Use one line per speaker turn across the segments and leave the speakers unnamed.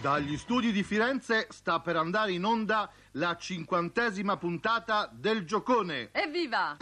Dagli studi di Firenze sta per andare in onda la cinquantesima puntata del Giocone.
Evviva!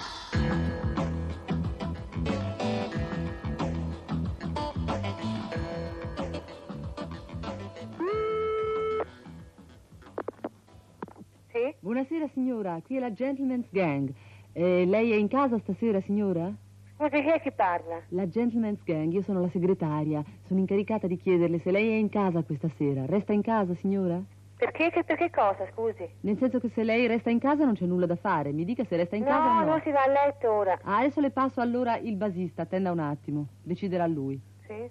Sì?
Buonasera signora, qui è la Gentleman's Gang. Eh, lei è in casa stasera signora?
Scusi, chi è che parla?
La Gentleman's Gang, io sono la segretaria. Sono incaricata di chiederle se lei è in casa questa sera. Resta in casa signora?
Perché? Che, per che cosa, scusi?
Nel senso che se lei resta in casa non c'è nulla da fare. Mi dica se resta in
no,
casa o no.
non si va a letto ora.
Ah, adesso le passo allora il basista, attenda un attimo. Deciderà lui.
Sì?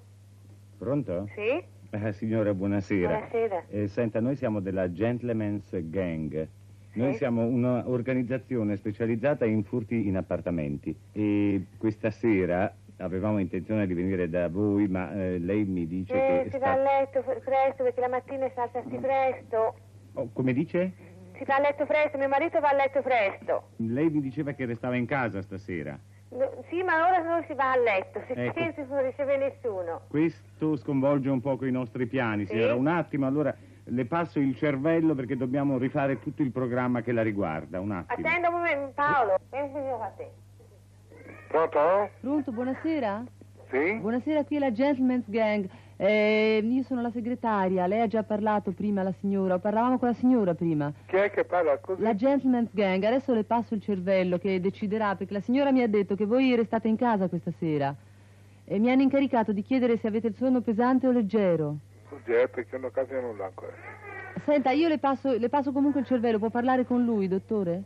Pronto?
Sì?
Ah, signora, buonasera.
Buonasera.
Eh, senta, noi siamo della Gentleman's Gang. Noi
Sì.
siamo un'organizzazione specializzata in furti in appartamenti e questa sera avevamo intenzione di venire da voi, ma eh, lei mi dice
Eh,
che
si va
sta- Mm.
a letto f- presto perché la mattina si alzarsi presto.
Oh, come dice?
Si va a letto presto, mio marito va a letto presto.
Lei mi diceva che restava in casa stasera.
No, sì, ma ora non si va a letto, se
Ecco.
pensi non riceve nessuno.
Questo sconvolge un poco i nostri piani,
Sì?
signora. Un attimo, allora le passo il cervello perché dobbiamo rifare tutto il programma che la riguarda. Un attimo.
Attenda un momento, Paolo. Eh, Vieni qua a te.
Pronto?
Pronto, buonasera?
Sì?
Buonasera, qui è la Gentleman's Gang. Eh, io sono la segretaria, lei ha già parlato prima alla signora, parlavamo con la signora prima.
Chi è che parla così?
La Gentleman's Gang, adesso le passo il cervello che deciderà perché la signora mi ha detto che voi restate in casa questa sera e mi hanno incaricato di chiedere se avete il sonno pesante o leggero.
Scusi, eh, perché non capisco nulla ancora.
Senta, io le passo, le passo comunque il cervello, può parlare con lui, dottore?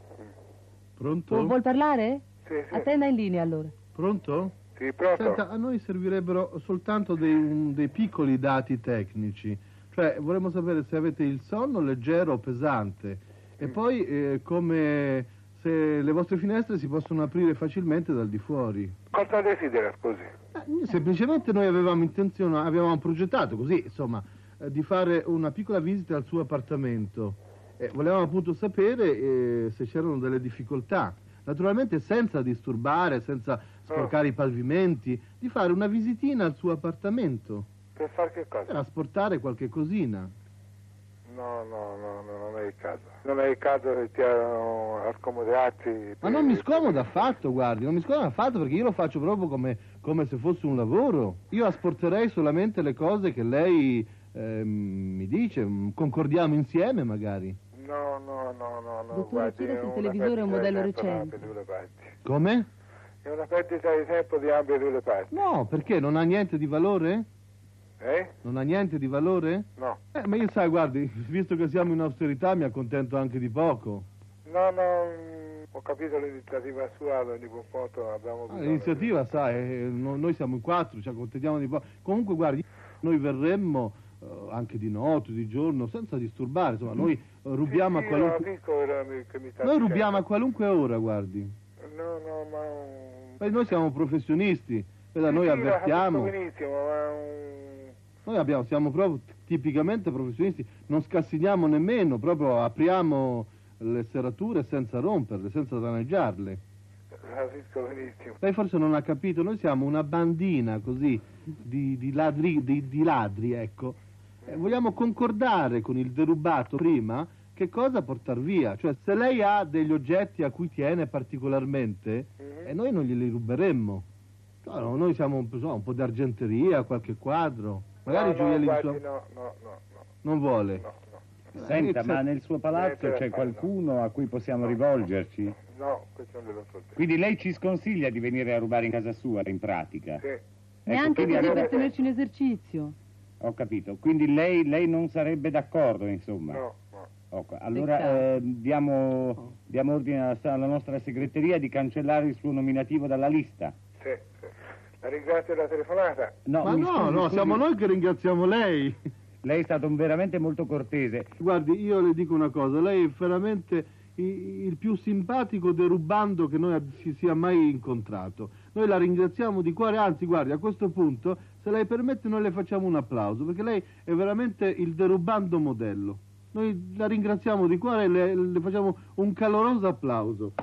Pronto?
Pu- vuol parlare?
Sì, sì.
Attenda in linea allora.
Pronto?
Sì, pronto?
Senta, a noi servirebbero soltanto dei, un- dei piccoli dati tecnici. Cioè, vorremmo sapere se avete il sonno leggero o pesante. E poi eh, come se le vostre finestre si possono aprire facilmente dal di fuori.
Cosa desidera, scusi?
Eh, Semplicemente noi avevamo intenzione, avevamo progettato così, insomma, eh, di fare una piccola visita al suo appartamento. Eh, volevamo appunto sapere eh, se c'erano delle difficoltà. Naturalmente senza disturbare, senza sporcare i pavimenti, di fare una visitina al suo appartamento
Per far che cosa?
per asportare qualche cosina.
No, no, no, no, non è il caso. Non è il caso che ti hanno accomodati.
Ma non mi scomoda affatto, guardi, non mi scomoda affatto perché io lo faccio proprio come, come se fosse un lavoro. Io asporterei solamente le cose che lei ehm, mi dice, mm, concordiamo insieme magari.
No, no, no, no, no.
Dottore,
guardi,
chieda se il
una
televisore è un
perdita di
modello
tempo da
recente.
ambedue le parti.
Come?
È una perdita di tempo di ambedue le parti.
No, perché non ha niente di valore?
Eh?
Non ha niente di valore?
No.
Eh, ma io sai, guardi, visto che siamo in austerità mi accontento anche di poco.
No, no, mm, ho capito l'iniziativa sua, ad ogni buon punto abbiamo
Ah,
bisogno.
l'iniziativa, sai, eh, no- noi siamo in quattro, ci accontentiamo di poco. Comunque, guardi, noi verremmo eh, anche di notte, di giorno, senza disturbare, insomma, noi eh, rubiamo a
Sì, certo. sì, lo
qualunque...
dico, era che mi sta
Noi rubiamo
dicendo.
a qualunque ora, guardi.
No, no, ma... um,
Poi noi siamo professionisti, veda, noi
sì, sì,
avvertiamo.
l'ha capito benissimo, ma... um,
Noi abbiamo, siamo proprio tipicamente professionisti, non scassiniamo nemmeno, proprio apriamo le serrature senza romperle, senza danneggiarle.
Capisco benissimo.
Lei forse non ha capito, noi siamo una bandina così di, di ladri, di, di ladri, ecco. Eh, vogliamo concordare con il derubato prima che cosa portar via. Cioè, se lei ha degli oggetti a cui tiene particolarmente,
Mhm.
e noi non glieli ruberemmo. No, no, noi siamo un, so, un po' d'argenteria, qualche quadro,
no,
magari
no,
gioielli di
guardi,
sua-
no, no, no, no,
Non vuole.
no, no,
Senta,
Eh,
ma nel suo palazzo
Eh,
c'è
no.
qualcuno a cui possiamo rivolgerci?
no, questo non glielo so dire.
Quindi lei ci sconsiglia di venire a rubare in casa sua, in pratica. Ecco,
Sì,
Neanche
quindi
così
allora-
per tenerci in esercizio.
Ho capito. Quindi lei, lei non sarebbe d'accordo, insomma.
no, no.
Ecco, Allora
Peccato.
eh, diamo, diamo ordine alla, alla nostra segreteria di cancellare il suo nominativo dalla lista.
Sì, sì. La ringrazio della telefonata.
No,
Ma
mi
no,
scusi,
no,
scusi.
siamo noi che ringraziamo lei.
Lei è stato veramente molto cortese.
Guardi, io le dico una cosa, lei è veramente i- il più simpatico derubando che noi ab- ci sia mai incontrato. Noi la ringraziamo di cuore, anzi, guardi, a questo punto, se lei permette, noi le facciamo un applauso, perché lei è veramente il derubando modello. Noi la ringraziamo di cuore e le, le facciamo un caloroso applauso.